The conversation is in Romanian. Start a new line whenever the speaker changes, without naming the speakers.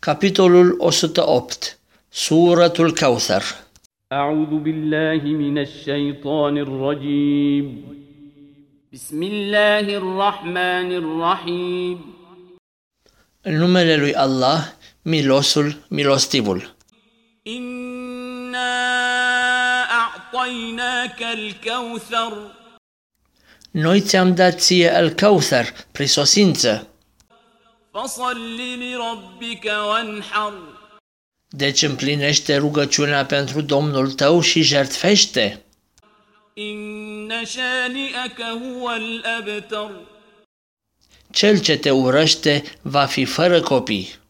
Capitolul 108 Suratul Kauthar
أعوذ بالله من الشيطان الرجيم بسم الله الرحمن الرحيم
În numele lui Allah, milosul, milostivul.
إنا أعطيناك الكوثر
Noi ți-am dat ție al Kauthar, prisosință.
فصل لربك وانحر
Deci împlinește rugăciunea pentru Domnul tău și jertfește.
إن شانئك هو الأبتر
Cel ce te urăște va fi fără copii.